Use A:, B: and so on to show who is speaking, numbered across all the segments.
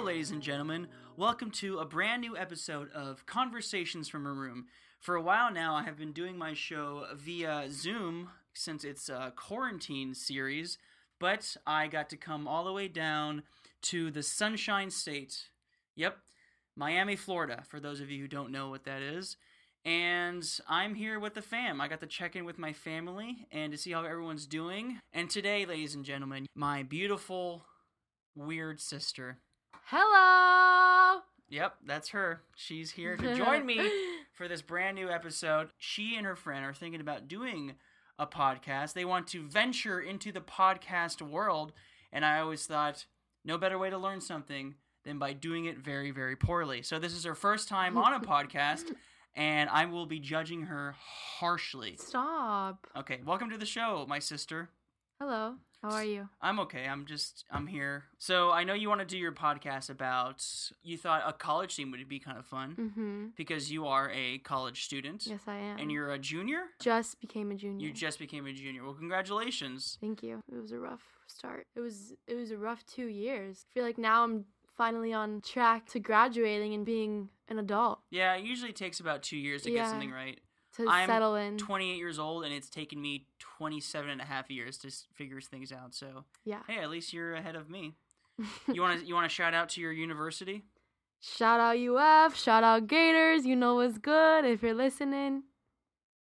A: ladies and gentlemen. Welcome to a brand new episode of Conversations from a Room. For a while now, I have been doing my show via Zoom since it's a quarantine series, but I got to come all the way down to the Sunshine State. Yep, Miami, Florida, for those of you who don't know what that is. And I'm here with the fam. I got to check in with my family and to see how everyone's doing. And today, ladies and gentlemen, my beautiful, weird sister.
B: Hello.
A: Yep, that's her. She's here to join me for this brand new episode. She and her friend are thinking about doing a podcast. They want to venture into the podcast world. And I always thought, no better way to learn something than by doing it very, very poorly. So this is her first time on a podcast, and I will be judging her harshly.
B: Stop.
A: Okay, welcome to the show, my sister.
B: Hello. How are you?
A: I'm okay. I'm just I'm here. So I know you want to do your podcast about you thought a college theme would be kind of fun
B: Mm-hmm.
A: because you are a college student
B: Yes, I am.
A: and you're a junior.
B: just became a junior.
A: You just became a junior. Well, congratulations.
B: Thank you. It was a rough start. It was it was a rough two years. I feel like now I'm finally on track to graduating and being an adult
A: Yeah, it usually takes about 2 years to get
B: Yeah. Mm.
A: something right.
B: to
A: I'm
B: settle in.
A: 28 years old and it's taken me 27 and a half years to s- figure things out. So,
B: yeah.
A: hey, at least you're ahead of me. You want to you want to shout out to your university?
B: shout out UF. Shout out Gators. You know what's good if you're listening.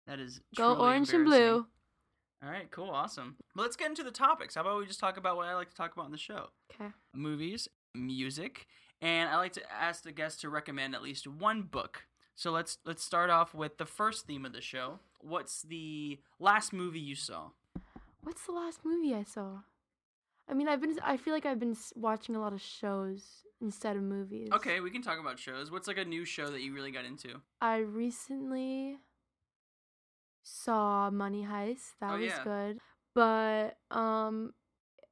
A: That is
B: Go
A: truly
B: orange and
A: embarrassing.
B: blue.
A: All right, cool, awesome. Well, let's get into the topics. How about we just talk about what I like to talk about on the show?
B: Okay.
A: Movies, music, and I like to ask the guests to recommend at least one book. So let's let's start off with the first theme of the show. What's the last movie you saw?
B: What's the last movie I saw? I mean, I've been I feel like I've been s- watching a lot of shows instead of movies.
A: Okay, we can talk about shows. What's like a new show that you really got into?
B: I recently saw Money Heist. That
A: Oh,
B: was
A: yeah.
B: good. But um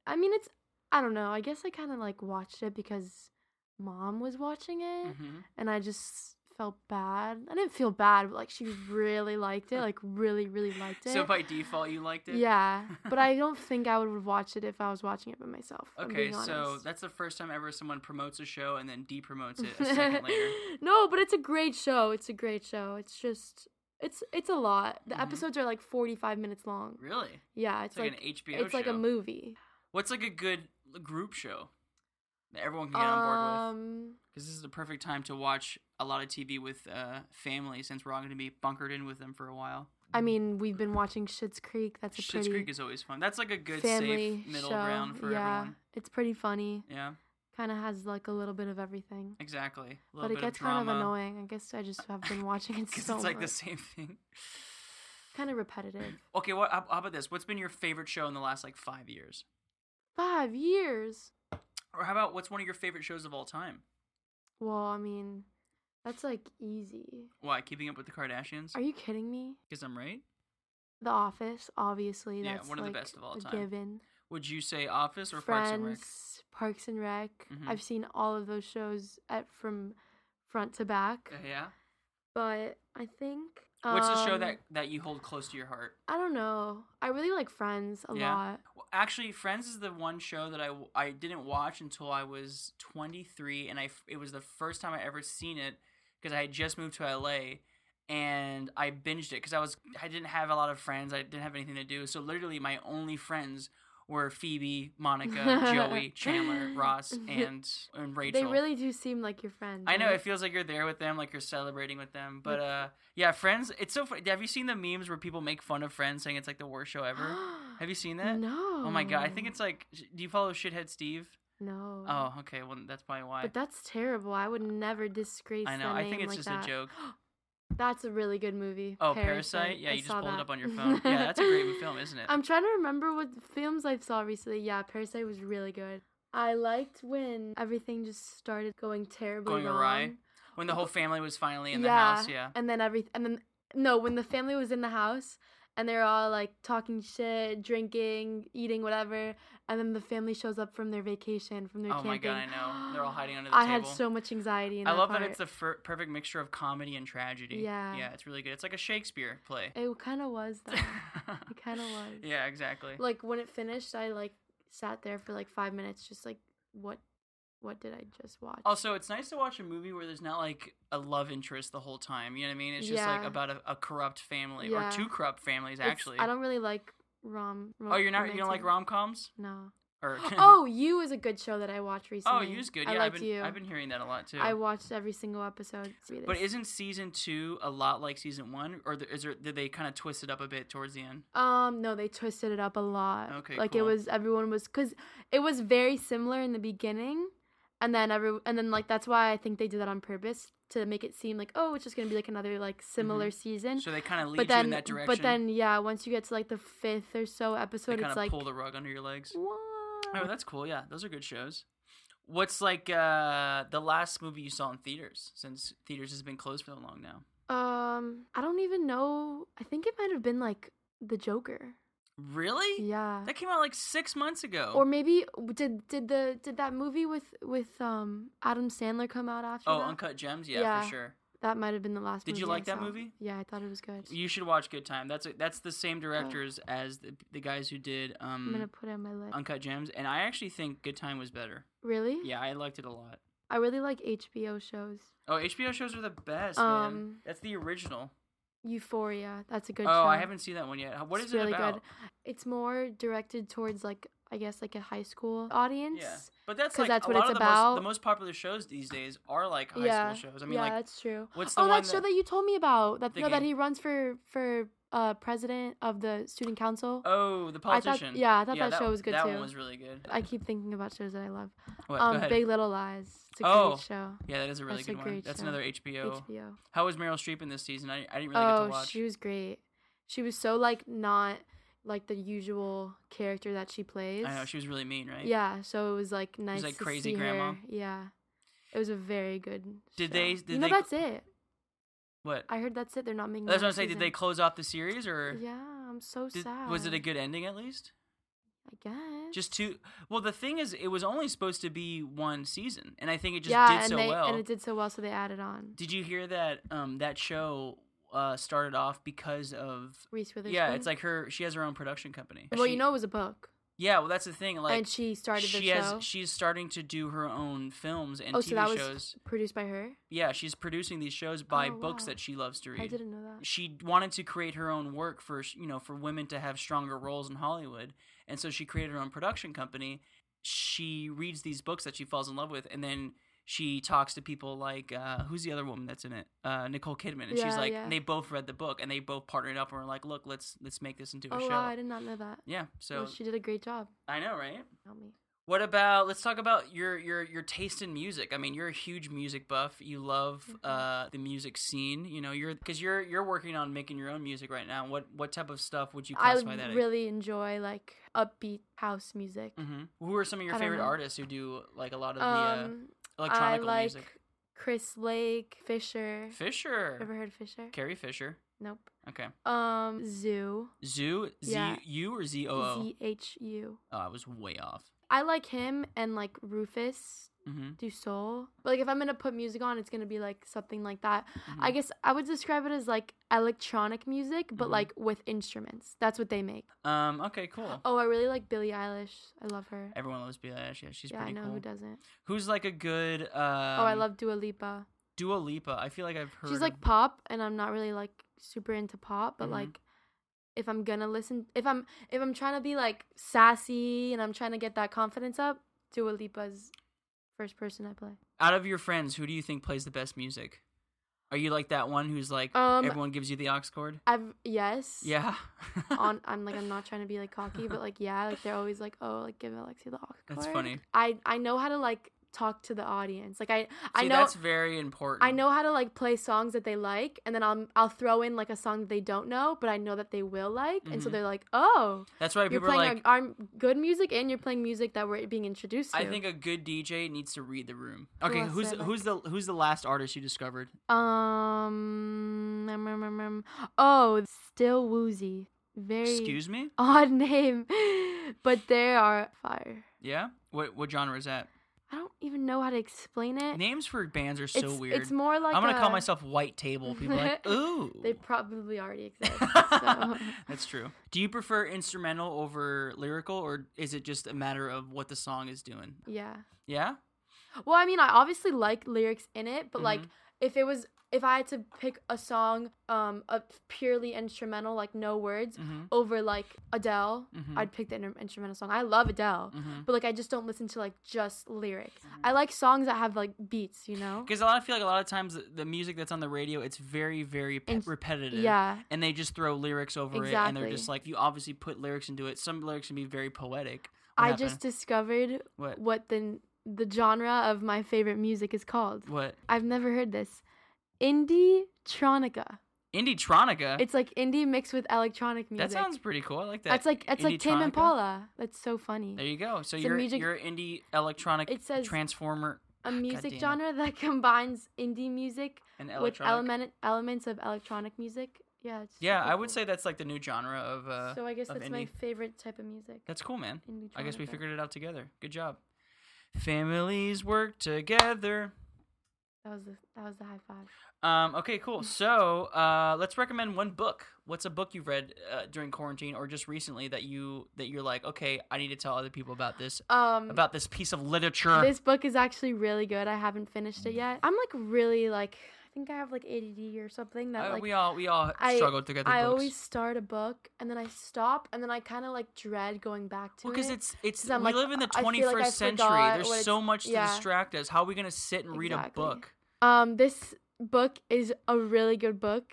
B: I mean it's I don't know. I guess I kind of like watched it because mom was watching it
A: hmm
B: and I just felt bad. I didn't feel bad, but like she really liked it. Like really really liked it.
A: So by default, you liked it.
B: Eh, yeah, but I don't think I would have watched it if I was watching it by myself. if I'm
A: Okay,
B: being
A: so
B: honest.
A: that's the first time ever someone promotes a show and then depromotes it a second later.
B: no, but it's a great show. It's a great show. It's just it's it's a lot. The
A: Mhm.
B: episodes are like 45 minutes long.
A: Really?
B: Yeah,
A: It's
B: it's
A: like,
B: like,
A: an HBO
B: it's
A: show.
B: like a movie.
A: What's like a good group show that everyone can get on board with?
B: Um
A: Because this is the perfect time to watch a lot of TV with uh, family, since we're all going to be bunkered in with them for a while.
B: I mean, we've been watching Schitt's Creek. That's a
A: Mm-hmm. Schitt's
B: pretty
A: Creek is always fun. That's like a good,
B: family
A: safe middle
B: show.
A: ground for
B: yeah,
A: everyone.
B: it's pretty funny.
A: Yeah,
B: Kind of has like a little bit of everything.
A: exactly. A little
B: But it
A: bit
B: gets
A: of drama,
B: kind of annoying. I guess I just have been watching it
A: 'cause
B: so
A: it's like the
B: much.
A: same thing.
B: Kind of repetitive.
A: Okay, what? How, how about this? What's been your favorite show in the last like five years?
B: Five years.
A: Or how about what's one of your favorite shows of all time?
B: Well, I mean, that's like easy.
A: Why? Keeping Up with the Kardashians?
B: Are you kidding me?
A: Because I'm right.
B: The Office, obviously.
A: Yeah,
B: that's
A: one of the
B: like
A: best of all
B: a
A: time.
B: Given.
A: Would you say Office or Parks and Rec?
B: Friends, Parks and Rec.
A: Mhm.
B: I've seen all of those shows at, from front to back.
A: Uh, yeah.
B: But I think.
A: What's the show
B: um,
A: that that you hold close to your heart?
B: I don't know. I really like Friends a
A: Yeah.
B: lot.
A: Well, actually, Friends is the one show that I, w- I didn't watch until I was 23, and I f- it was the first time I ever seen it because I had just moved to LA, and I binged it because I was I didn't have a lot of friends, I didn't have anything to do, so literally my only friends were Phoebe, Monica, Joey, Chandler, Ross, and and Rachel.
B: They really do seem like your friends.
A: I know
B: right?
A: it feels like you're there with them, like you're celebrating with them. But uh, yeah, Friends. It's so. Fun. Have you seen the memes where people make fun of Friends, saying it's like the worst show ever? have you seen that?
B: No.
A: Oh my god, I think it's like. sh- Do you follow Shithead Steve?
B: No.
A: Oh, okay. Well, that's probably why.
B: But that's terrible. I would never disgrace.
A: I know.
B: that
A: I think
B: name
A: it's
B: like
A: just
B: that.
A: a joke.
B: That's a really good movie.
A: Oh, Parasite. Yeah,
B: I
A: you just
B: saw
A: pulled it
B: that.
A: up on your phone. yeah, that's a great film, isn't it?
B: I'm trying to remember what films I saw recently. Yeah, Parasite was really good. I liked when everything just started going terribly
A: Going
B: wrong.
A: awry? when the whole family was finally in the
B: yeah,
A: house. Yeah.
B: And then every and then no, when the family was in the house and they're all like talking shit, drinking, eating whatever, and then the family shows up from their vacation, from their
A: Oh
B: camping.
A: my god, I know. They're all hiding under the
B: I
A: table.
B: had so much anxiety in
A: I
B: that
A: love
B: part.
A: that it's the fir- perfect mixture of comedy and tragedy.
B: Yeah.
A: Yeah, it's really good. It's like a Shakespeare play.
B: It kind of was though. it kind of was.
A: Yeah, exactly.
B: Like when it finished, I like sat there for like five minutes, just like, what, what did I just watch?
A: Also, it's nice to watch a movie where there's not like a love interest the whole time. You know what I mean? It's just like
B: Yeah.
A: about a, a corrupt family
B: Yeah.
A: or two corrupt families
B: It's-
A: actually.
B: I don't really like rom. rom-
A: oh, you're not you don't like
B: romantic-
A: rom coms
B: No.
A: or
B: oh, you is a good show that I watched
A: oh,
B: recently.
A: you's good.
B: I
A: Yeah,
B: liked
A: have been
B: you.
A: I've been hearing that a lot too.
B: I watched every single episode. Sweetest.
A: but isn't season two a lot like season one, or th- is there did they kind of twist it up a bit towards the end?
B: Um, no, they twisted it up a lot.
A: Okay,
B: like
A: cool.
B: it was everyone was because it was very similar in the beginning, and then every and then like that's why I think they did that on purpose to make it seem like oh it's just gonna be like another like similar
A: Mm-hmm.
B: season.
A: So they kind of lead
B: but then
A: you in that direction.
B: but then yeah, once you get to like the fifth or so
A: they
B: episode,
A: kind
B: it's
A: of
B: like
A: pull the rug under your legs.
B: what?
A: Oh, that's cool. Yeah, those are good shows. What's like uh the last movie you saw in theaters since theaters has been closed for so long now?
B: Um, I don't even know. I think it might have been like the Joker.
A: Really?
B: Yeah.
A: That came out like six months ago.
B: Or maybe did did the did that movie with with um Adam Sandler come out after?
A: oh,
B: that?
A: Uncut Gems. Yeah,
B: Yeah.
A: for sure.
B: That might have been the last.
A: Did you
B: movie I
A: like that
B: saw.
A: movie?
B: Yeah, I thought it was good.
A: You should watch Good Time. That's that's the same directors as the, the guys who did
B: I'm gonna
A: um
B: put it on my list.
A: Uncut Gems, and I actually think Good Time was better.
B: really?
A: Yeah, I liked it a lot.
B: I really like HBO shows.
A: Oh, HBO shows are the best, man.
B: Um,
A: That's the original.
B: Euphoria. That's a good
A: oh,
B: show.
A: I haven't seen that one yet. How- What is
B: It's
A: it
B: really
A: about?
B: good. It's more directed towards like I guess like a high school audience.
A: Yeah, but that's
B: 'Cause
A: like
B: that's
A: a
B: what
A: lot
B: it's
A: of the most
B: about.
A: the most popular shows these days are like high
B: Yeah,
A: school shows. I mean,
B: yeah,
A: like
B: that's true.
A: what's the
B: Oh,
A: one
B: that show that you told me about. That
A: The
B: no, that
A: game.
B: he runs for for uh president of the student council.
A: Oh, the
B: I thought-
A: politician.
B: yeah, I thought that show was good
A: that
B: too.
A: one was really good.
B: I keep thinking about shows that I love.
A: What, go
B: um,
A: ahead.
B: Big Little Lies. It's a
A: Oh,
B: great show.
A: yeah, that is a really
B: that's a
A: good one.
B: great
A: That's
B: show.
A: another HBO.
B: HBO.
A: How was Meryl Streep in this season? I, I didn't really get to
B: Oh,
A: watch.
B: she was great. She was so like not like the usual character that she plays.
A: I know she was really mean, right?
B: Yeah, so it was like nice.
A: like,
B: to
A: crazy
B: see
A: grandma.
B: her. Yeah, it was a very good.
A: Did
B: show.
A: they-
B: You
A: did
B: know
A: they
B: that's it.
A: What?
B: I heard that's it. They're not making.
A: That's what I'm
B: another
A: saying. Did they
B: season.
A: close off the series or?
B: Yeah, I'm so
A: Did,
B: sad.
A: was it a good ending at least?
B: I guess.
A: Just two. Well, the thing is, it was only supposed to be one season, and I think it just
B: yeah,
A: did
B: and
A: so
B: they
A: well.
B: and it did so well, so they added on
A: Did you hear that? Um, that show uh started off because of
B: Reese Witherspoon.
A: yeah, it's like her. She has her own production company.
B: well,
A: She-
B: you know, it was a book,
A: Yeah, well, that's the thing. Like,
B: and she started the
A: she
B: show.
A: has she's starting to do her own films and
B: oh,
A: TV
B: so that was
A: shows.
B: produced by her.
A: Yeah, she's producing these shows by
B: Oh,
A: books
B: wow.
A: that she loves to
B: I
A: read.
B: didn't know that.
A: She wanted to create her own work for you know for women to have stronger roles in Hollywood, and so she created her own production company. She reads these books that she falls in love with, and then she talks to people like uh, who's the other woman that's in it, uh, Nicole Kidman, and she's
B: Yeah,
A: like
B: yeah.
A: and they both read the book and they both partnered up and were like, look, let's let's make this into a
B: Oh
A: show.
B: wow, I did not know that.
A: yeah, so
B: well, she did a great job.
A: I know, right?
B: Help me.
A: What about let's talk about your your your taste in music? I mean, you're a huge music buff. You love
B: Mhm.
A: uh the music scene. You know, you're because you're you're working on making your own music right now. What what type of stuff would you
B: I
A: classify that?
B: really enjoy like upbeat house music.
A: hmm Who are some of your
B: I don't
A: favorite
B: know.
A: artists who do like a lot of the uh,
B: Um, I
A: electronic
B: like
A: music?
B: Chris Lake, Fisher.
A: Fisher,
B: Ever heard of Fisher?
A: Carrie Fisher.
B: Nope.
A: Okay,
B: Um, Zoo.
A: Zoo Z
B: Yeah.
A: U or Z O O.
B: Z H U.
A: Oh, I was way off.
B: I like him and like Rufus
A: hmm
B: Du Sol. But like if I'm gonna put music on, it's gonna be like something like that.
A: mm-hmm.
B: I guess I would describe it as like electronic music, but
A: Mhm.
B: like with instruments. That's what they make.
A: Um. Okay. Cool.
B: Oh, I really like Billie Eilish. I love her.
A: Everyone loves Billie Eilish. Yeah, she's
B: yeah, I
A: pretty
B: know
A: cool.
B: who doesn't.
A: Who's like a good? Um,
B: oh, I love Dua Lipa.
A: Dua Lipa. I feel like I've heard.
B: She's
A: of-
B: like pop, and I'm not really like super into pop, but
A: Mhm.
B: like if I'm gonna listen, if I'm if I'm trying to be like sassy and I'm trying to get that confidence up, Dua Lipa's first person I play.
A: out of your friends, who do you think plays the best music? Are you like that one who's like
B: Um,
A: everyone gives you the aux chord?
B: I've yes.
A: Yeah.
B: On I'm like I'm not trying to be like cocky, but like yeah, like they're always like oh like give Alexi the awkward.
A: That's funny.
B: I I know how to like talk to the audience. Like I I
A: See,
B: know
A: that's very important.
B: I know how to like play songs that they like, and then I'll I'll throw in like a song that they don't know, but I know that they will like, and so
A: Mhm.
B: they're like, oh,
A: That's why
B: you're
A: people are
B: playing
A: like.
B: our, our good music, and you're playing music that we're being introduced to.
A: I think a good DJ needs to read the room. Okay,
B: else do
A: who's
B: I like?
A: who's the who's the last artist you discovered?
B: Um, um, um, um, um, oh, still woozy, very
A: Excuse me.
B: odd name, but they are fire.
A: Yeah. What what genre is that?
B: I don't even know how to explain it.
A: Names for bands are so
B: Eh. it's,
A: weird.
B: It's more like
A: I'm gonna call
B: a-
A: myself White Table. People are like ooh.
B: They probably already exist. so.
A: That's true. Do you prefer instrumental over lyrical, or is it just a matter of what the song is doing?
B: Yeah.
A: Yeah.
B: Well, I mean, I obviously like lyrics in it, but like
A: Mm-hmm.
B: if it was if I had to pick a song um a purely instrumental like no words
A: Mm-hmm.
B: over like Adele,
A: Mhm.
B: I'd pick the inter- instrumental song. I love Adele,
A: Mm-hmm.
B: but like I just don't listen to like just lyrics. I like songs that have like beats, you know?
A: Because a lot, I feel like a lot of times the- the music that's on the radio, it's very, very pe-
B: And-
A: repetitive.
B: Yeah.
A: And they just throw lyrics over it, and they're
B: Exactly.
A: just like, you obviously put lyrics into it. Some lyrics can be very poetic. What
B: I
A: happened?
B: just discovered
A: what
B: what the the genre of my favorite music is called.
A: what
B: I've never heard this. Indie Tronica.
A: indie tronica.
B: It's like indie mixed with electronic music.
A: that sounds pretty cool. I like that.
B: That's like that's like Tame
A: Indie-tronica.
B: Impala. That's so
A: There
B: funny.
A: you go. So
B: It's a
A: you're
B: music-
A: you're indie electronic
B: It says
A: transformer
B: a music
A: damn
B: genre that combines indie music
A: and
B: with
A: electronic.
B: element elements of electronic music. Yeah. It's
A: yeah,
B: super
A: I would
B: cool.
A: say that's like the new genre of. Uh,
B: So I guess
A: of
B: that's my
A: indie.
B: favorite type of music.
A: that's cool, man.
B: Indie
A: I guess we
B: Tronica.
A: figured it out together. Good job. Families work together.
B: that was the, that was the high five.
A: Um, okay, cool.
B: Mm.
A: So uh, let's recommend one book. What's a book you've read uh, during quarantine or just recently that you that you're like, okay, I need to tell other people about this
B: Um,
A: about uh, this piece of literature.
B: This book is actually really good. I haven't finished it yet. I'm like really like I think I have like ADD or something that
A: Uh,
B: like
A: we all we all
B: I-
A: struggled to get the
B: I
A: books.
B: always start a book and then I stop and then I kind of like dread going back to
A: well,
B: it.
A: because it's it's
B: 'cause I'm
A: we
B: like,
A: live in the
B: I feel like I
A: 21st century.
B: forgot what
A: There's so
B: it's-
A: much
B: yeah.
A: to distract us. How are we gonna sit and read
B: Exactly.
A: a book?
B: um this book is a really good book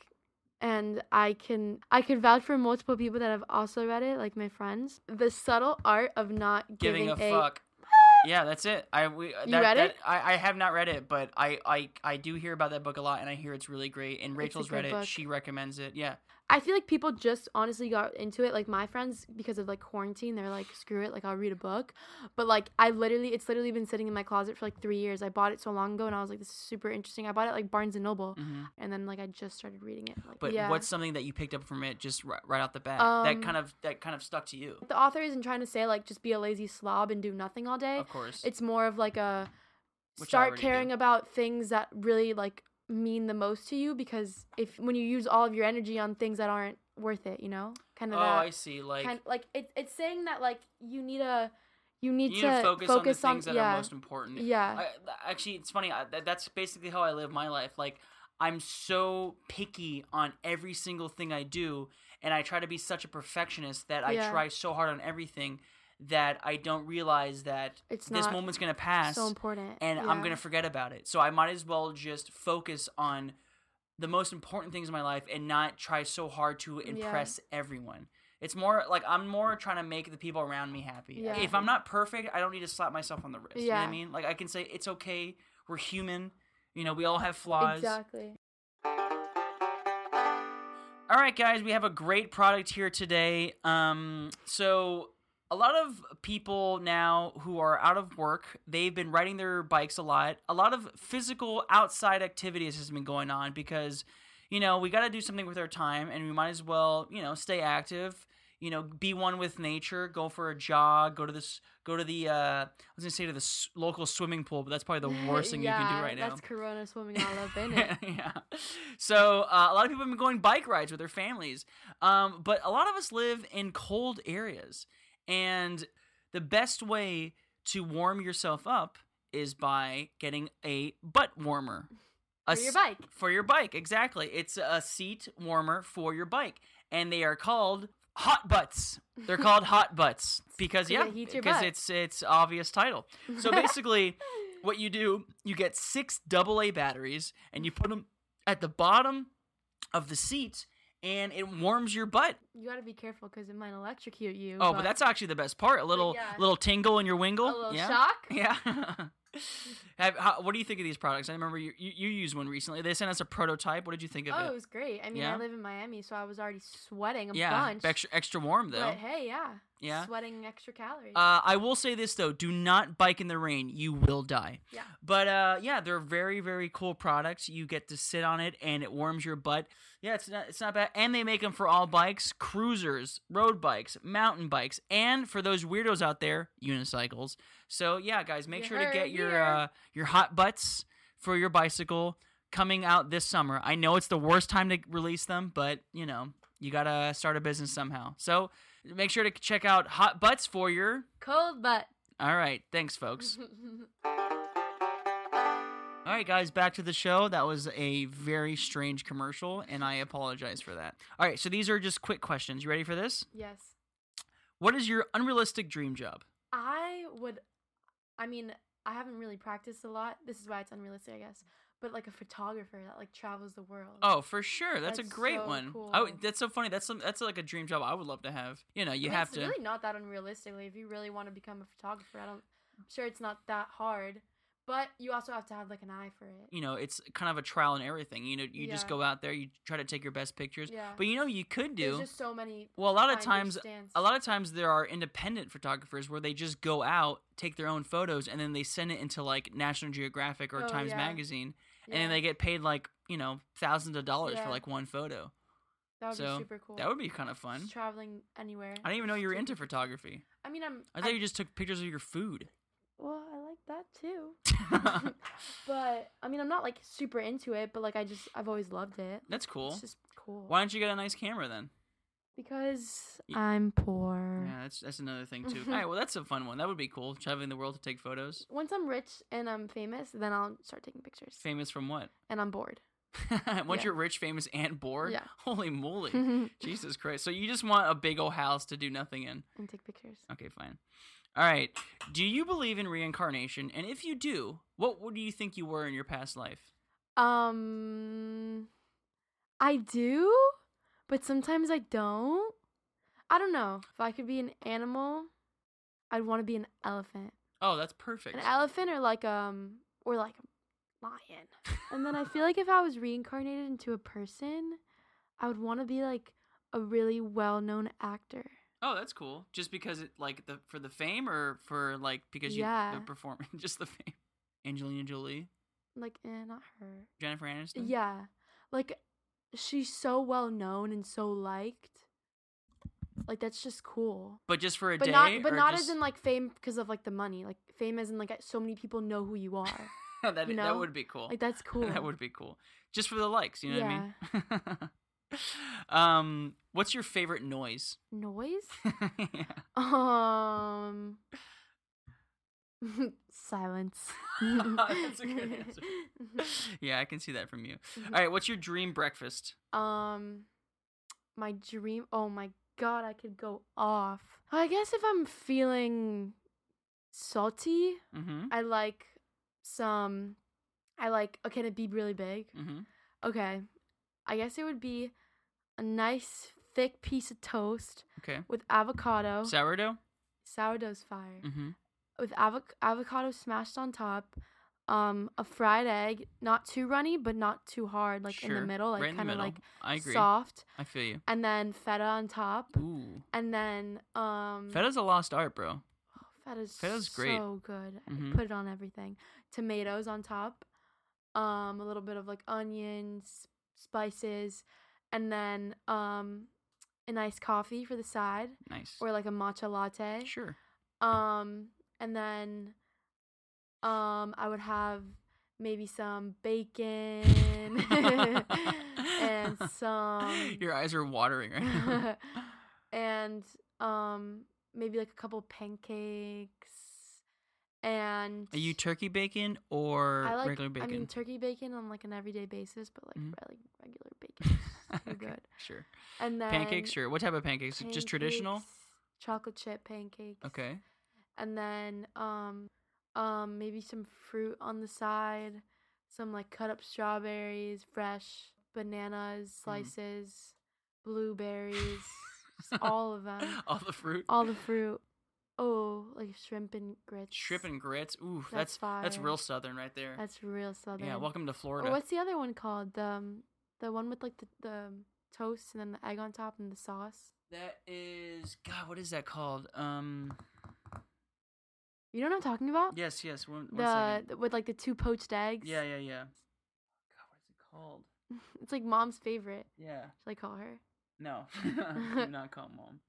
B: and I can I could vouch for multiple people that have also read it like my friends. The subtle art of not
A: Giving,
B: giving,
A: a, fuck. Yeah, that's it. I we that,
B: read
A: that-
B: it?
A: I, I have not read it, but I, I I do hear about that book a lot, and I hear it's really great. And Rachel's
B: good
A: read it;
B: book.
A: she recommends it. Yeah,
B: I feel like people just honestly got into it. Like my friends, because of like quarantine, they're like, screw it, like I'll read a book. But like I literally, it's literally been sitting in my closet for like three years. I bought it so long ago, and I was like, this is super interesting. I bought it like Barnes and Noble,
A: Mhm.
B: and then like I just started reading it. Like,
A: But
B: yeah.
A: what's something that you picked up from it just ri- right off the bat that
B: Um,
A: kind of that kind of stuck to you?
B: the author isn't trying to say like just be a lazy slob and do nothing all day.
A: Of course,
B: It's more of like a
A: Which I
B: start
A: already do.
B: caring about things that really like mean the most to you because if when you use all of your energy on things that aren't worth it, you know, kind
A: oh,
B: of that.
A: I see. Like
B: kind like it, it's saying that like you need a you need,
A: you need to
B: to,
A: focus, on the things that
B: yeah
A: are most important.
B: yeah
A: I, actually, it's funny. I, that, that's basically how I live my life. Like I'm so picky on every single thing I do, and I try to be such a perfectionist that I
B: Yeah.
A: try so hard on everything that I don't realize that
B: it's
A: this
B: not
A: moment's gonna pass.
B: so important
A: and I'm
B: yeah.
A: gonna forget about it. So I might as well just focus on the most important things in my life and not try so hard to impress everyone. It's more like I'm more trying to make the people around me happy.
B: Yeah.
A: If I'm not perfect, I don't need to slap myself on the wrist. You know what I
B: Yeah.
A: mean? Like I can say it's okay. We're human. You know, we all have flaws.
B: exactly
A: All right, guys, we have a great product here today. Um, so a lot of people now who are out of work, they've been riding their bikes a lot. A lot of physical outside activities has been going on because, you know, we got to do something with our time, and we might as well, you know, stay active. You know, be one with nature. Go for a jog. Go to this. Go to the. Uh, I was gonna say to the s- local swimming pool, but that's probably the worst thing you can do
B: Yeah,
A: right now.
B: that's corona swimming all up in it
A: yeah. So uh, a lot of people have been going bike rides with their families, um, but a lot of us live in cold areas, and the best way to warm yourself up is by getting a butt warmer. A
B: for your
A: s-
B: bike
A: for your bike, exactly. It's a seat warmer for your bike, and they are called hot butts. They're called hot butts because
B: 'Cause
A: yeah,
B: they heat your
A: because
B: butt.
A: it's it's obvious title. So basically, what you do, you get six AA batteries and you put them at the bottom of the seat, and it warms your butt.
B: you got to be careful because it might electrocute you
A: Oh, but that's actually the best part—a little
B: yeah.
A: little tingle in your
B: a
A: wingle.
B: little
A: yeah.
B: shock
A: Yeah. Have, how, what do you think of these products? I remember you, you, you used one recently. They sent us a prototype. What did you think of
B: oh it
A: it?
B: was great i mean
A: Yeah?
B: i live in miami so i was already sweating Oh, a
A: yeah,
B: bunch
A: extra extra warm though.
B: but hey yeah
A: Yeah.
B: sweating extra calories
A: Uh, I will say this though: do not bike in the rain; you will die.
B: Yeah.
A: But uh, yeah, they're very, very cool products. You get to sit on it, and it warms your butt. Yeah, it's not, it's not bad. And they make them for all bikes: cruisers, road bikes, mountain bikes, and for those weirdos out there, unicycles. So yeah, guys, make
B: You
A: sure to
B: heard
A: get
B: it
A: your
B: here.
A: uh, your hot butts for your bicycle coming out this summer. I know it's the worst time to release them, but you know you gotta start a business somehow. So make sure to check out Hot Butts for your
B: cold butt Mm-hmm.
A: all right. Thanks, folks. All right, guys, back to the show. That was a very strange commercial, and I apologize for that. All right, so these are just quick questions. You ready for this?
B: Yes.
A: What is your unrealistic dream job?
B: I would I mean, I haven't really practiced a lot. This is why it's unrealistic, I guess. But like a photographer that like travels the world.
A: Oh, for sure. That's, a
B: That's
A: great
B: so
A: one.
B: cool.
A: I would that's so funny. That's some, that's like a dream job I would love to have. You know, you
B: I mean,
A: have
B: it's
A: to.
B: really not that unrealistic. Like, if you really want to become a photographer, I don't I'm sure it's not that hard. But you also have to have like an eye for it.
A: You know, it's kind of a trial and everything. You know, you just
B: Yeah.
A: go out there, you try to take your best pictures.
B: Yeah.
A: But you know, you could do.
B: There's just so many
A: well, a lot of
B: find your
A: times,
B: stance.
A: a lot of times there are independent photographers where they just go out, take their own photos, and then they send it into like National Geographic or
B: Oh,
A: Times
B: yeah.
A: Magazine, and
B: Yeah,
A: then they get paid like you know thousands of dollars
B: Yeah.
A: for like one photo.
B: that would
A: so,
B: be super cool.
A: That would be kind of
B: Just
A: fun.
B: traveling anywhere.
A: I didn't even know you were
B: Just
A: into
B: taking-
A: photography.
B: I mean, I'm.
A: I thought you just took pictures of your food.
B: well, I like that too. But I mean, I'm not like super into it, but like I just I've always loved it.
A: That's cool.
B: It's just cool.
A: Why don't you get a nice camera then?
B: Because
A: Y-
B: I'm poor.
A: Yeah, that's that's another thing too.
B: Mm-hmm.
A: All right, well that's a fun one. That would be cool. Traveling the world to take photos.
B: Once I'm rich and I'm famous, then I'll start taking pictures.
A: Famous from what?
B: and I'm bored.
A: Once
B: Yeah.
A: you're rich, famous, and bored.
B: Yeah.
A: Holy moly.
B: and
A: Jesus Christ. So you just want a big old house to do nothing in.
B: take pictures.
A: Okay, fine. All right. Do you believe in reincarnation? And if you do, what would you think you were in your past life?
B: Um, I do, but sometimes I don't. I don't know. If I could be an animal, I'd want to be an elephant.
A: Oh, that's perfect.
B: An elephant or like um or like a lion. And then I feel like if I was reincarnated into a person, I would want to be like a really well-known actor.
A: oh, that's cool. Just because it like the for the fame or for like because you
B: Yeah.
A: the performing just the fame. Angelina Jolie,
B: Like, eh, not her.
A: Jennifer Aniston.
B: Yeah. Like she's so well known and so liked. Like that's just cool.
A: But just for a
B: But
A: day.
B: not but
A: or
B: not
A: just...
B: as in like fame because of like the money. Like fame as in like so many people know who you are.
A: that,
B: you
A: that
B: know?
A: would be cool.
B: like that's cool.
A: that would be cool. Just for the likes, you know what I mean? um, what's your favorite noise?
B: noise?
A: Yeah.
B: Um silence.
A: That's a good answer. yeah, I can see that from you. All right, what's your dream breakfast?
B: Um, my dream. Oh my god, I could go off. I guess if I'm feeling salty,
A: Mm-hmm.
B: I like some. I like. Oh, can it be really big?
A: Mm-hmm.
B: Okay, I guess it would be a nice thick piece of toast
A: Okay.
B: with avocado.
A: Sourdough?
B: sourdough's fire
A: Mm-hmm.
B: with avo- avocado smashed on top. Um, a fried egg, not too runny, but not too hard, like in
A: Sure.
B: the middle, like
A: right in the
B: kind of
A: middle.
B: like
A: I agree.
B: soft,
A: I feel you.
B: and then feta on top,
A: Ooh.
B: and then um,
A: Feta's a lost art, bro.
B: feta's,
A: feta's great.
B: so good.
A: Mhm.
B: I put it on everything. Tomatoes on top, um, a little bit of like onions, spices, and then um, a nice coffee for the side,
A: Nice.
B: or like a matcha latte.
A: Sure.
B: Um, and then, um, I would have maybe some bacon and some
A: Your eyes are watering right now.
B: and um maybe like a couple pancakes and
A: Are you turkey bacon or
B: I like
A: regular
B: I
A: bacon?
B: mean turkey bacon on like an everyday basis, but like
A: Mhm.
B: really regular bacon, is too
A: Okay,
B: good.
A: Sure.
B: And then
A: Pancakes, sure. What type of pancakes? Just traditional?
B: pancakes, chocolate chip pancakes.
A: Okay.
B: and then um um maybe some fruit on the side, some like cut up strawberries, fresh bananas,
A: Mm-hmm.
B: slices, blueberries, just all of them,
A: All the fruit.
B: um, all the fruit. Oh, like shrimp and grits.
A: Shrimp and grits. Ooh, that's
B: That's
A: that's,
B: fire.
A: real southern right there.
B: that's real southern.
A: Yeah, welcome to
B: Or
A: Florida.
B: what's the other one called? The um, the one with like the the toast and then the egg on top and the sauce.
A: That is God. What is that called? Um.
B: You know what I'm talking about?
A: Yes. Yes. One, one
B: Oh. The,
A: second.
B: the with like the two poached eggs.
A: Yeah. Yeah. Yeah. God, what is it called?
B: It's like mom's favorite.
A: Yeah.
B: Should I call her?
A: No. Do not call mom.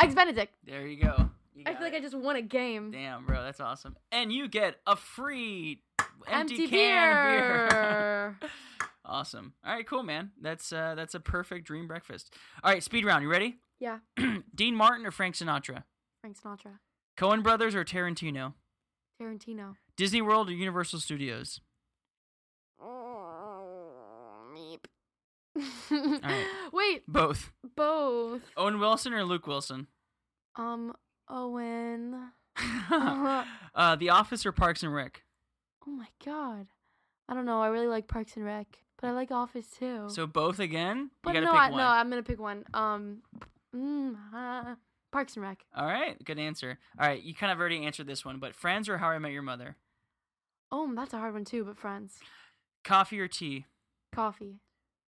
B: Eggs Benedict.
A: There you go. You
B: I
A: got
B: feel like
A: it.
B: I just won a game.
A: Damn, bro, that's awesome. And you get a free empty,
B: Empty
A: can beer.
B: beer.
A: awesome. All right, cool, man. That's uh, that's a perfect dream breakfast. All right, speed round. You ready?
B: Yeah.
A: Dean Martin or Frank Sinatra?
B: Frank Sinatra.
A: Cohen Brothers or Tarantino?
B: Tarantino.
A: Disney World or Universal Studios? right.
B: Wait,
A: Both.
B: both.
A: Owen Wilson or Luke Wilson? Oh.
B: Um, Owen. Uh-huh.
A: uh, the Office or Parks and Rec?
B: Oh my god. I don't know. I really like Parks and Rec, but I like Office too.
A: So both again?
B: Oh. but
A: you gotta
B: no,
A: pick
B: I,
A: one.
B: no, I'm gonna pick one. Um, mm, uh, Parks and Rec.
A: All right, good answer. All right, you kind of already answered this one, but Friends or How I Met Your Mother?
B: Oh, that's a hard one too. But Friends,
A: Coffee or tea?
B: coffee,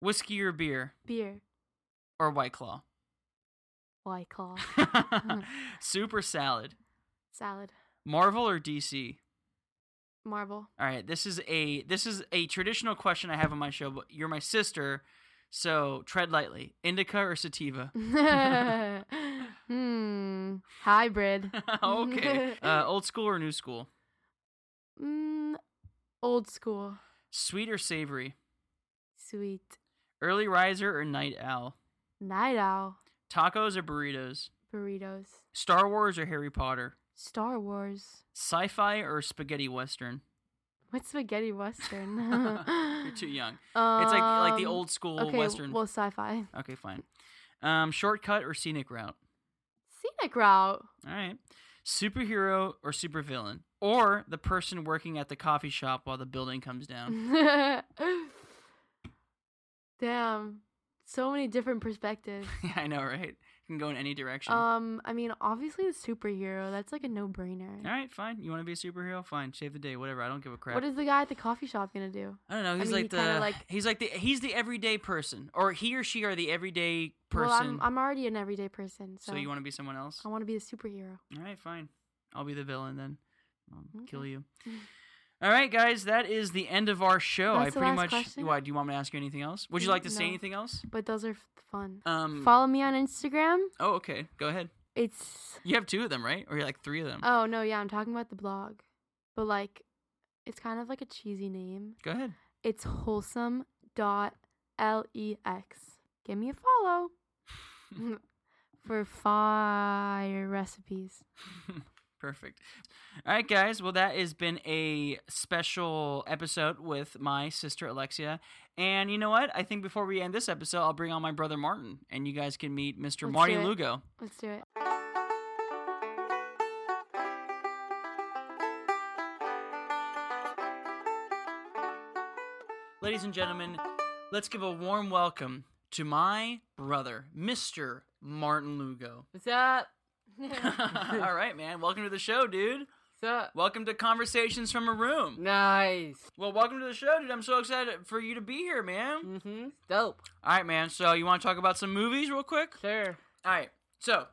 A: Whiskey or beer?
B: beer,
A: Or White Claw?
B: White Claw, Mm-hmm.
A: Soup or salad?
B: salad,
A: Marvel or DC?
B: marble.
A: All right, this is a this is a traditional question I have on my show, but you're my sister, so tread lightly. Indica or sativa?
B: hmm. Hybrid.
A: okay. Uh, old school or new school?
B: Mm, old school.
A: Sweet or savory?
B: Sweet.
A: Early riser or night owl?
B: Night owl.
A: Tacos or burritos?
B: Burritos.
A: Star Wars or Harry Potter?
B: Star Wars.
A: Sci-fi or spaghetti western?
B: What's spaghetti western?
A: You're too young.
B: Um,
A: It's like like the old school
B: okay,
A: western.
B: Well, sci-fi.
A: okay, fine. Um, shortcut or scenic route?
B: Scenic route.
A: All right. Superhero or supervillain? Or the person working at the coffee shop while the building comes down.
B: Damn. So many different perspectives.
A: yeah, I know, right? can go in any direction.
B: Um, I mean, obviously the superhero. That's like a no-brainer.
A: All right, fine. You want to be a superhero? Fine. Save the day, whatever. I don't give a crap.
B: What is the guy at the coffee shop gonna do?
A: I don't know. He's
B: mean, he
A: like
B: kinda
A: the
B: like-
A: he's like the he's the everyday person, or he or she are the everyday person.
B: Well, I'm I'm already an everyday person, so,
A: so you want to be someone else?
B: I want to be a superhero.
A: All right, fine. I'll be the villain then. I'll kill
B: Okay.
A: you. All right, guys, that is the end of our show.
B: That's
A: I
B: the
A: pretty
B: last
A: much.
B: question?
A: Why do you want me to ask you anything else? Would you
B: Mm,
A: like to say
B: no.
A: anything else?
B: But those are f- fun.
A: Um.
B: Follow me on Instagram.
A: oh, okay. Go ahead.
B: It's
A: You have two of them, right? Or like three of them.
B: oh no, yeah, I'm talking about the blog, but like, it's kind of like a cheesy name.
A: go ahead.
B: It's wholesome dot lex. Give me a follow for fire recipes.
A: Perfect. All right, guys. Well, that has been a special episode with my sister Alexia. And you know what? I think before we end this episode, I'll bring on my brother Martin, and you guys can meet mister
B: Let's
A: Marty
B: do it.
A: Lugo.
B: Let's do it.
A: Ladies and gentlemen, let's give a warm welcome to my brother, Mr. Martin Lugo.
C: What's up?
A: All right, man. Welcome to the show, dude.
C: What's up?
A: Welcome to Conversations from a Room.
C: Nice.
A: Well, welcome to the show, dude. I'm so excited for you to be here, man.
C: Mm-hmm. Dope.
A: All right, man. So, you want to talk about some movies real quick?
C: Sure.
A: All right. So,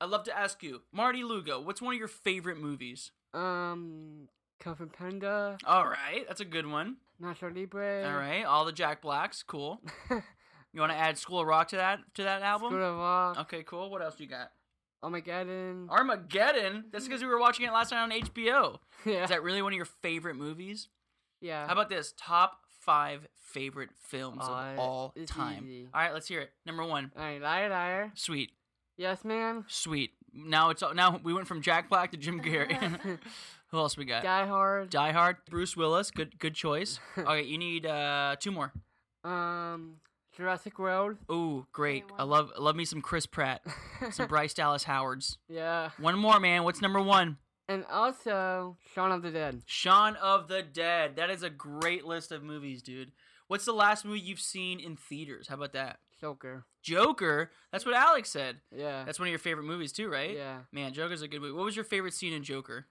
A: I'd love to ask you, Marty Lugo, what's one of your favorite movies?
C: Um, Kung Fu Panda,
A: All right. That's a good one.
C: Nacho Libre.
A: All right. All the Jack Blacks. Cool. You want to add School of Rock to that to that album?
C: School of Oh Rock.
A: Okay, cool. What else you got?
C: Armageddon.
A: Armageddon. That's because we were watching it last night on HBO.
C: yeah.
A: Is that really one of your favorite movies?
C: yeah.
A: How about this? Top five favorite films
C: Aw,
A: of all
C: Uh, it's
A: time.
C: easy.
A: All right, let's hear it. Number one,
C: All right, liar, liar.
A: Sweet,
C: Yes, man.
A: Sweet. Now it's all, now we went from Jack Black to Jim Carrey. Who else we got?
C: Die Hard.
A: Die Hard, Bruce Willis. Good good choice. Okay, you need uh two more.
C: um, Jurassic World.
A: Ooh, great.
B: Okay,
A: I
B: one.
A: love I love me some Chris Pratt, some Bryce Dallas Howards.
C: yeah.
A: One more, man. What's number one?
C: And also Shaun of the Dead.
A: Shaun of the Dead. That is a great list of movies, dude. What's the last movie you've seen in theaters? How about that?
C: Joker.
A: Joker. That's what Alex said.
C: Yeah.
A: That's one of your favorite movies too, right?
C: Yeah.
A: Man, Joker's a good movie. What was your favorite scene in Joker?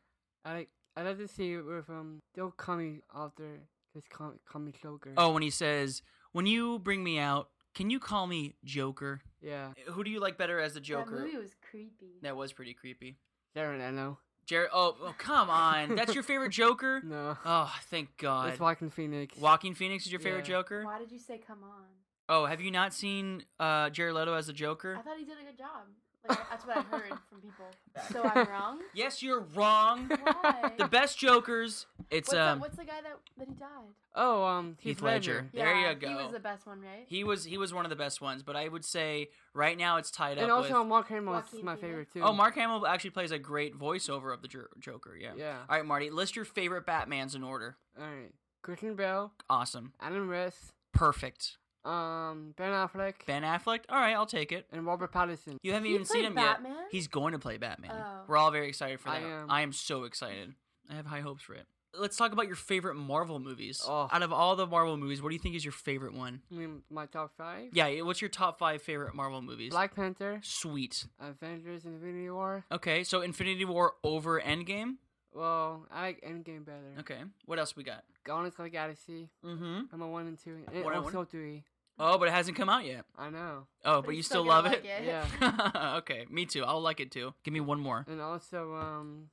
C: I like. I like to see it with um. Don't call me author. Just call, call me Joker.
A: Oh, when he says, "When you bring me out, can you call me Joker?"
C: Yeah.
A: Who do you like better as the Joker?
B: That movie was creepy.
A: That was pretty creepy.
C: Darren Eno.
A: Jared. Oh, oh, come on. That's your favorite Joker?
C: No.
A: Oh, thank God.
C: It's Joaquin Phoenix.
A: Walking Phoenix is your favorite
C: Yeah.
A: Joker?
B: Why did you say come on?
A: Oh, have you not seen uh, Jared Leto as the Joker?
B: I thought he did a good job. Like that's what I heard from people. So I'm wrong.
A: Yes, you're wrong.
B: Why?
A: the best Jokers. It's
B: what's, the-
A: um
B: what's the guy that that he died?
C: Oh, um,
A: Heath
C: Heath
A: Ledger.
C: Ledger.
A: There you
B: He
A: go.
B: was the best one, right?
A: he was he was one of the best ones, but I would say right now it's tied
C: And
A: up
C: also
A: with.
C: Mark Hamill is
B: Joaquin
C: my
B: Phoenix.
C: favorite too.
A: Oh, Mark Hamill actually plays a great voiceover of the jo- Joker. Yeah.
C: Yeah.
A: All right, Marty. List your favorite Batman's in order.
C: All right. Christian Bale,
A: Awesome.
C: Adam West,
A: Perfect.
C: um, Ben Affleck
A: Ben Affleck. All right, I'll take it.
C: and Robert Pattinson.
A: You haven't
B: He
A: even seen
B: played
A: him
B: Batman?
A: yet. He's going to play Batman.
B: Oh.
A: We're all very excited for that.
C: I
A: I am.
C: am.
A: so excited. I have high hopes for it. Let's talk about your favorite Marvel movies.
C: Oh.
A: Out of all the Marvel movies, what do you think is your favorite one?
C: I mean, my top five.
A: Yeah, what's your top five favorite Marvel movies?
C: Black Panther,
A: Sweet.
C: Avengers, Infinity War.
A: Okay, so Infinity War over Endgame.
C: Well, I like Endgame better.
A: Okay, what else we got?
C: Guardians of the Galaxy.
A: Mm-hmm.
C: I'm a one and two, and
A: One and
C: also three.
A: Oh, but it hasn't come out yet.
C: I know.
A: Oh, but,
B: he's
A: you still
B: gonna
A: love
B: like
A: it.
C: Yeah.
A: okay, me too. I'll like it too. Give me one more.
C: And also, um,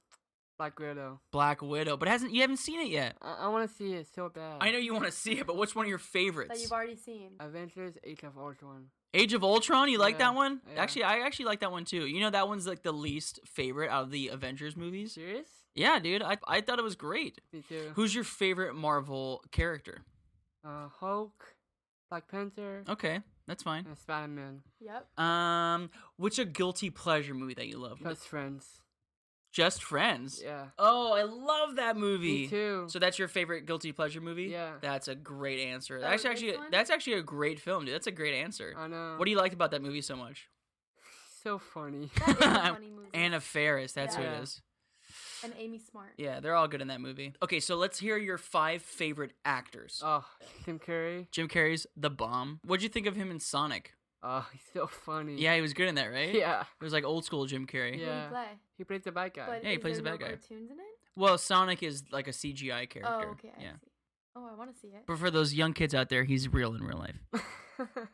C: Black Widow.
A: Black Widow, but it hasn't you haven't seen it yet?
C: I, I want to see it so bad.
A: I know you want to see it, but what's one of your
B: That
A: favorites?
B: you've already seen.
A: Uh,
C: Avengers: Age of Ultron.
A: Age of Ultron, you like
C: Yeah,
A: that one?
C: yeah.
A: Actually, I actually like that one too. You know that one's like the least favorite out of the Avengers movies.
C: Serious?
A: Yeah, dude, I I thought it was great.
C: Me too.
A: Who's your favorite Marvel character?
C: Uh, Hulk, Black Panther,
A: Okay, that's fine.
C: and Spider Man.
B: Yep.
C: Mm.
A: Um, what's a guilty pleasure movie that you love?
C: Best friends.
A: Just Friends.
C: Yeah.
A: Oh, I love that movie.
C: Me too.
A: So that's your favorite guilty pleasure movie?
C: Yeah.
A: That's a great answer.
B: That
A: That's
B: was
A: actually
B: this one?
A: that's actually a great film, dude. That's a great answer.
C: I know.
A: What do you liked about that movie so much?
C: So funny.
B: That is a funny movie.
A: Anna Faris, that's who
C: Yeah.
A: it is.
B: and Amy Smart.
A: Yeah, they're all good in that movie. Okay, so let's hear your five favorite actors.
C: Oh, Tim Curry.
A: Jim Carrey's The Bomb. What'd you think of him in Sonic?
C: Oh, he's so funny.
A: Yeah, he was good in that, right?
C: Yeah.
A: It was like old school Jim Carrey.
B: Who did he
C: Yeah.
B: play?
C: He played the bad guy.
B: But
A: Yeah, he
B: is
A: plays
B: there
A: the bad
B: no
A: guy.
B: Cartoons in it?
A: Well, Sonic is like a CGI character.
B: Oh, okay. I
A: yeah.
B: see. Oh, I want to see it.
A: But for those young kids out there, he's real in real life.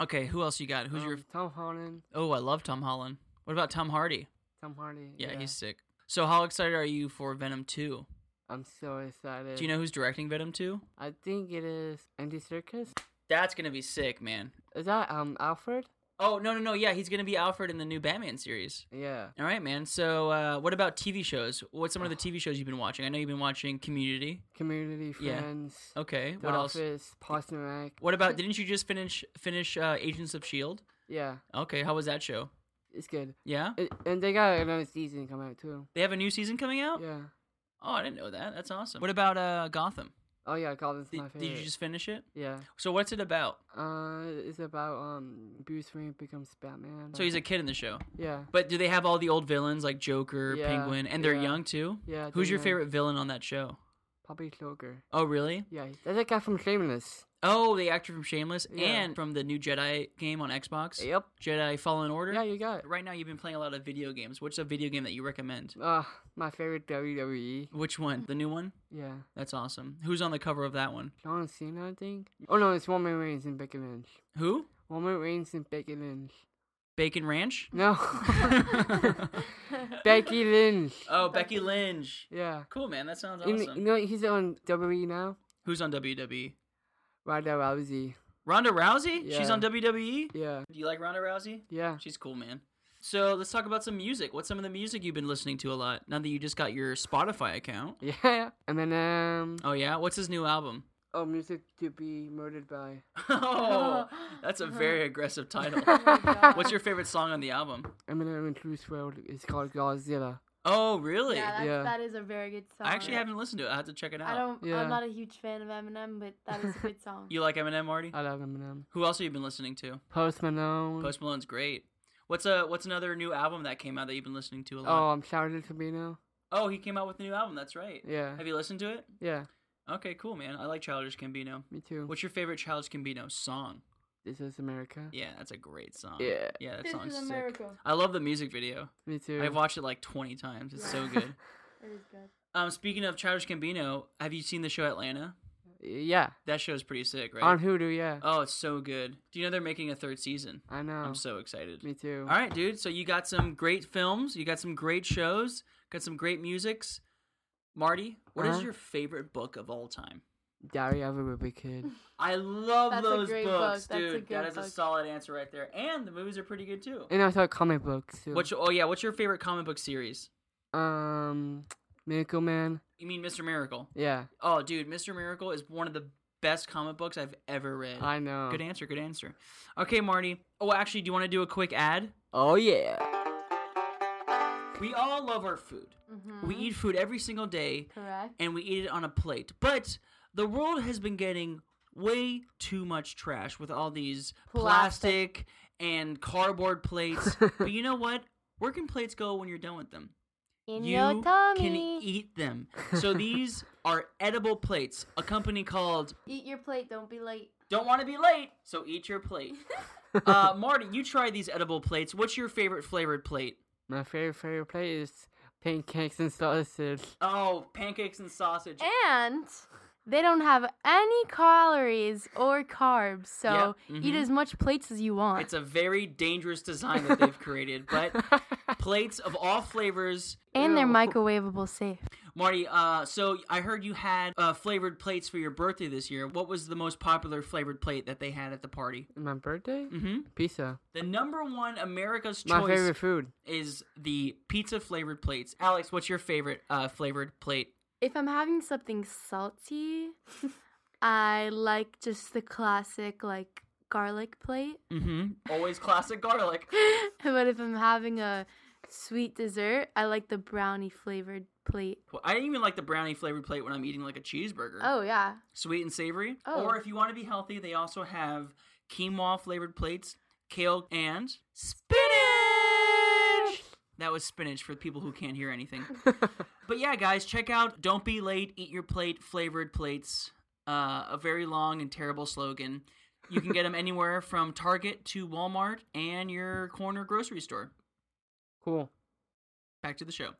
A: Okay, who else you got? Who's your
C: Um, Tom Holland?
A: Oh, I love Tom Holland. What about Tom Hardy?
C: Tom Hardy.
A: Yeah, he's sick. So how excited are you for Venom 2?
C: I'm so excited.
A: Do you know who's directing Venom 2?
C: I think it is Andy Circus.
A: That's going to be sick, man.
C: Is that um Alfred?
A: Oh, no, no, no. Yeah, he's going to be Alfred in the new Batman series.
C: Yeah.
A: All right, man. So uh, what about TV shows? What's some of the TV shows you've been watching? I know you've been watching Community.
C: Community
A: Yeah.
C: friends.
A: Okay.
C: The
A: What else?
C: Office, Parks and Rec.
A: What about didn't you just finish finish uh, Agents of Shield?
C: Yeah,
A: Okay, how was that show?
C: it's good.
A: Yeah?
C: It, and they got another season coming out too.
A: They have a new season coming out?
C: Yeah.
A: Oh, I didn't know that. That's awesome. What about uh, Gotham?
C: Oh yeah, Gotham.
A: Did,
C: my favorite.
A: did you just finish it?
C: Yeah.
A: So what's it about?
C: Uh, it's about um Bruce Wayne becomes Batman.
A: So he's a kid in the show.
C: yeah
A: But do they have all the old villains like Joker,
C: Yeah,
A: Penguin, and they're
C: yeah.
A: young too?
C: yeah.
A: Who's your
C: Damian.
A: favorite villain on that show?
C: Probably Cloaker.
A: Oh, really?
C: Yeah, he- that's that guy from Shameless.
A: Oh, the actor from Shameless
C: Yeah.
A: and from the new Jedi game on Xbox,
C: Yep.
A: Jedi Fallen Order.
C: Yeah, you got. It.
A: Right now, you've been playing a lot of video games. What's a video game that you recommend?
C: Uh, my favorite WWE.
A: Which one? The new one?
C: Yeah,
A: That's awesome. Who's on the cover of that one?
C: John Cena, I think. Oh no, it's Roman Reigns and Becky Lynch.
A: Who?
C: Roman Reigns and Becky Lynch.
A: Bacon Ranch?
C: No,
A: oh,
C: Becky Lynch.
A: Becky Lynch.
C: Yeah.
A: Cool, man. That sounds
C: And
A: awesome.
C: you know he's on WWE now.
A: Who's on WWE?
C: Ronda Rousey.
A: Ronda Rousey? She's
C: Yeah.
A: on WWE?
C: Yeah,
A: Do you like Ronda Rousey?
C: yeah.
A: She's cool, man. So let's talk about some music. What's some of the music you've been listening to a lot now that you just got your Spotify account?
C: Yeah, and then um,
A: Oh yeah, what's his new album?
C: oh, music to be murdered by. Oh
A: oh, that's a
B: Uh-huh.
C: Uh-huh.
A: very aggressive title. What's your favorite song on the album?
C: Eminem and Juice World is called Godzilla.
A: Oh, really?
B: Yeah, that's,
C: Yeah.
B: that is a very good song.
A: I actually haven't listened to it. I have to check it out.
B: I don't.
C: Yeah.
B: I'm not a huge fan of Eminem, but that is a good song.
A: You like Eminem, Marty?
C: I Mm. love Eminem.
A: Who else have you been listening to?
C: Post Malone.
A: Post Malone's great. What's a what's another new album that came out that you've been listening to a
C: oh,
A: lot?
C: I'm Charlie Cabino.
A: Oh, he came out with a new album. That's right.
C: Yeah,
A: Have you listened to it?
C: yeah.
A: Okay, cool, man. I like Childish Gambino.
C: Me too.
A: What's your favorite Childish Gambino song?
C: This is America.
A: Yeah, that's a great song.
C: Yeah.
A: Yeah, that
B: this
A: song's
B: is
A: sick.
B: America.
A: I love the music video.
C: Me too.
A: I've watched it like 20 times. It's so good.
B: It is good.
A: um, speaking of Childish Gambino, have you seen the show Atlanta?
C: yeah,
A: That show's pretty sick, right?
C: on Hulu. Yeah,
A: oh, it's so good. Do you know they're making a third season?
C: I know.
A: I'm so excited.
C: Me too.
A: All right, dude. So you got some great films. You got some great shows. Got some great musics. Marty, what is
C: Uh-huh.
A: your favorite book of all time?
C: Diary of a Wimpy Kid.
A: I love
B: That's a
A: those
B: great book.
A: books,
B: That's a
A: dude. That
B: good
A: is a
B: book.
A: solid answer right there. And the movies are pretty good too.
C: and I saw comic books too.
A: What's your, oh yeah, what's your favorite comic book series?
C: um Miracle Man?
A: You mean Mr. Miracle?
C: Yeah,
A: Oh, dude, Mr. Miracle is one of the best comic books I've ever read.
C: I know.
A: Good answer, good answer. Okay, Marty. Oh, actually, do you want to do a quick ad?
C: Oh yeah.
A: We all love our food. We eat food every single day
B: Mm-hmm. Correct.
A: and we eat it on a plate. But the world has been getting way too much trash with all these plastic,
B: Plastic.
A: and cardboard plates. but you know what? Where can plates go when you're done with them?
B: In
A: you
B: your
A: can
B: tummy.
A: eat them. So these are edible plates. A company called
B: eat your plate. Don't be late.
A: Don't Want to Be Late, so eat your plate. uh, Marty, you try these edible plates. What's your favorite flavored plate?
C: My favorite favorite plate is pancakes and sausage.
A: Oh, pancakes and sausage.
B: And they don't have any calories or carbs, so
A: Yeah,
B: eat
A: mhm.
B: as much plates as you want.
A: It's a very dangerous design that they've created, but plates of all flavors.
B: and they're
C: Ew.
B: microwavable safe.
A: Marty, uh, so I heard you had uh, flavored plates for your birthday this year. What was the most popular flavored plate that they had at the party?
C: My birthday?
A: Mm-hmm.
C: Pizza.
A: The number one America's
C: My
A: Choice
C: favorite food.
A: is the pizza flavored plates. Alex, what's your favorite uh, flavored plate?
B: If I'm having something salty, I like just the classic like garlic plate.
A: Mm-hmm. Always classic garlic.
B: but if I'm having a sweet dessert, I like the brownie flavored plate.
A: Well, I even like the brownie flavored plate when I'm eating like a cheeseburger.
B: Oh yeah.
A: Sweet and savory.
B: Oh.
A: Or if you want to be healthy, they also have quinoa flavored plates, kale, and spinach. That was spinach for people who can't hear anything. but yeah, guys, check out Don't Be Late, Eat Your Plate, Flavored Plates. Uh, a very long and terrible slogan. You can get them anywhere from Target to Walmart and your corner grocery store.
C: Cool.
A: Back to the show.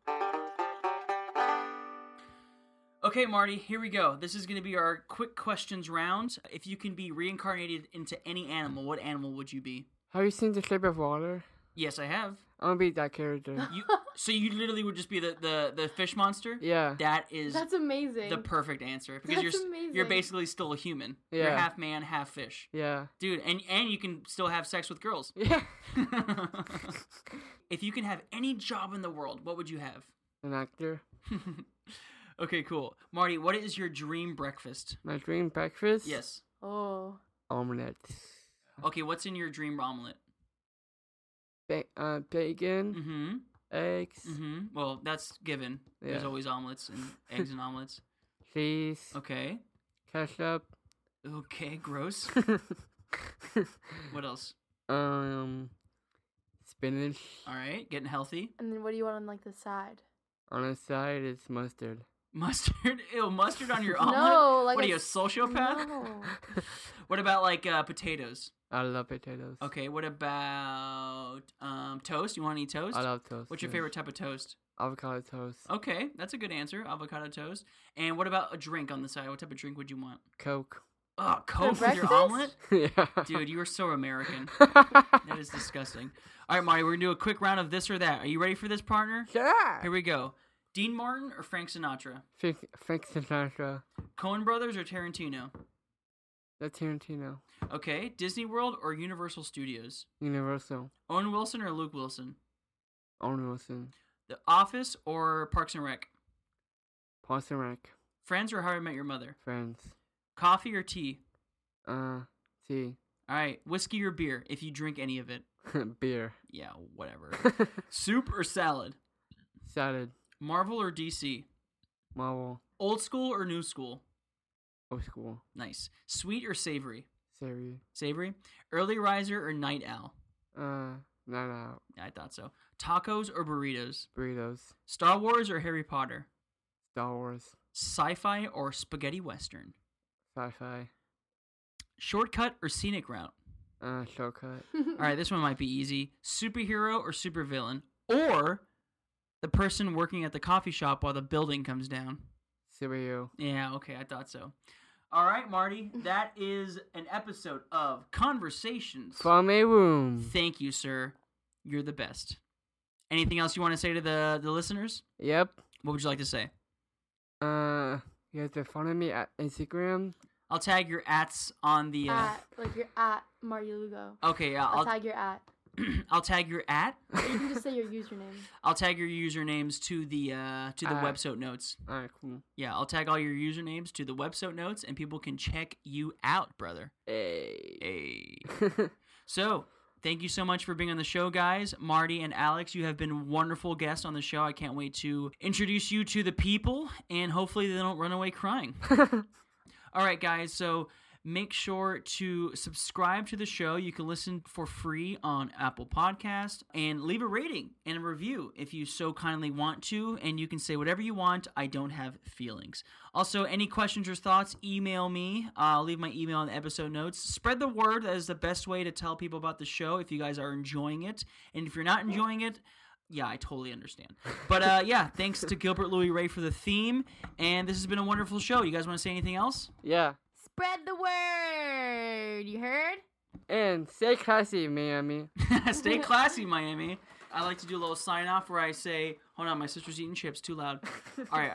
A: Okay, Marty, here we go. This is going to be our quick questions round. If you can be reincarnated into any animal, what animal would you be?
C: Have you seen the shape of water?
A: Yes, I have.
C: I wanna be that character.
A: You so you literally would just be the the, the fish monster?
C: yeah.
A: That is
B: That's amazing.
A: the perfect answer because
B: That's
A: you're s- you're
B: amazing.
A: basically still a human. You're
C: Yeah.
A: half man, half fish.
C: Yeah.
A: Dude, and and you can still have sex with girls.
C: Yeah.
A: if you can have any job in the world, what would you have?
C: An actor.
A: okay, cool. Marty, what is your dream breakfast?
C: My dream breakfast?
A: Yes.
B: oh.
C: Omelette.
A: Okay, what's in your dream omelet?
C: Ba- uh, bacon,
A: Mm-hmm.
C: eggs,
A: Mm-hmm. Well, that's given. There's
C: Yeah.
A: always omelets and eggs and omelets.
C: cheese,
A: Okay.
C: ketchup.
A: Okay, gross. What else?
C: um, spinach.
A: All right, getting healthy.
B: And then what do you want on like the side?
C: On the side, it's mustard.
A: Mustard. Ew, mustard on your omelet?
B: No, like
A: what
B: a
A: are you, a
B: s-
A: sociopath?
B: No.
A: What about like uh, potatoes?
C: I love potatoes.
A: Okay, what about um, toast? You want to eat toast?
C: I love toast.
A: What's your
C: yeah.
A: favorite type Oh. of toast?
C: Avocado toast.
A: Okay, that's a good answer. Avocado toast. And what about a drink on the side? What type of drink would you want?
C: Coke.
A: Oh, Coke with your
B: breakfast?
A: omelet?
C: yeah.
A: Dude, you are so American. That is disgusting. All right, Marty, we're going to do a quick round of this or that. Are you ready for this, partner? Here
C: sure.
A: we go. Dean Martin or Frank Sinatra?
C: Frank, Frank Sinatra.
A: Coen Brothers or Tarantino?
C: The Tarantino.
A: Okay, Disney World or Universal Studios?
C: Universal.
A: Owen Wilson or Luke Wilson?
C: Owen Wilson.
A: The Office or Parks and Rec?
C: Parks and Rec.
A: Friends or How I Met Your Mother?
C: Friends.
A: Coffee or tea?
C: Uh, tea.
A: All right, whiskey or beer, if you drink any of it.
C: Beer.
A: Yeah, whatever. Soup or salad?
C: Salad.
A: Marvel or DC?
C: Marvel.
A: Old school or new school?
C: Old school.
A: Nice. Sweet or savory?
C: Savory.
A: Savory. Early riser or night owl?
C: Uh, not out.
A: I thought so. Tacos or burritos?
C: Burritos.
A: Star Wars or Harry Potter?
C: Star Wars.
A: Sci fi or spaghetti western?
C: Sci-fi.
A: Shortcut or scenic route?
C: Uh, shortcut.
A: All right, this one might be easy. Superhero or supervillain? Or the person working at the coffee shop while the building comes down?
C: Superhero.
A: Yeah, okay, I thought so. All right, Marty, that is an episode of Conversations.
C: From a room.
A: Thank you, sir. You're the best. Anything else you want to say to the, the listeners?
C: Yep.
A: What would you like to say?
C: Uh, you have to follow me at Instagram.
A: I'll tag your ats on the. Uh,
B: At, like you're at Mario Lugo.
A: Okay, yeah,
B: I'll
A: I'll
B: tag your at.
A: I'll tag your at.
B: Or you can just say your username.
A: I'll tag your usernames to the uh, to the
C: Uh.
A: website notes.
C: Alright, cool.
A: Yeah, I'll tag all your usernames to the website notes, and people can check you out, brother.
C: Hey.
A: Hey. So, thank you so much for being on the show, guys. Marty and Alex, you have been wonderful guests on the show. I can't wait to introduce you to the people, and hopefully, they don't run away crying. all right, guys. So, Make sure to subscribe to the show. You can listen for free on Apple Podcast and leave a rating and a review if you so kindly want to. And you can say whatever you want. I don't have feelings. Also, any questions or thoughts, email me. Uh, I'll leave my email in the episode notes. Spread the word. That is the best way to tell people about the show if you guys are enjoying it. And if you're not enjoying it, yeah, I totally understand. But uh, yeah, thanks to Gilbert Louis Ray for the theme. And this has been a wonderful show. You guys want to say anything else?
C: Yeah.
B: Spread the word. You heard?
C: And stay classy, Miami.
A: Stay classy, Miami. I like to do a little sign off where I say, hold on, my sister's eating chips too loud. All right.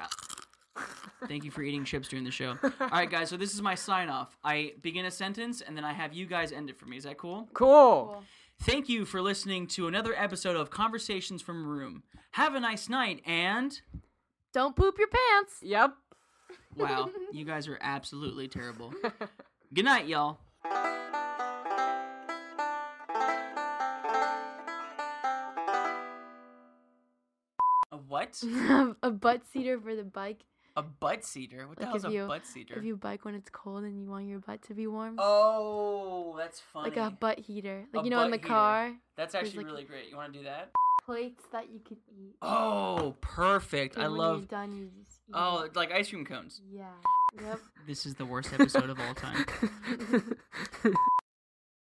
A: Thank you for eating chips during the show. All right, guys, so this is my sign off. I begin a sentence and then I have you guys end it for me. Is that cool?
C: Cool.
B: Cool.
A: Thank you for listening to another episode of Conversations from Room. Have a nice night and.
B: Don't poop your pants.
C: Yep.
A: Wow, you guys are absolutely terrible. Good night, y'all. A what?
B: a butt seater for the bike.
A: A butt seater? What the
B: Like,
A: hell's
B: if
A: a
B: you-
A: butt seater?
B: If you bike when it's cold and you want your butt to be warm.
A: Oh, that's funny.
B: like a butt heater. Like
A: A
B: you know in the
A: butt heater.
B: car.
A: that's
B: there's
A: actually
B: like-
A: really great. You want to do that?
B: Plates that you could eat.
A: Oh, perfect. I
B: And when
A: love.
B: you're done, you just eat
A: Oh,
B: it.
A: like ice cream cones.
B: yeah. Yep.
A: This is the worst episode of all time.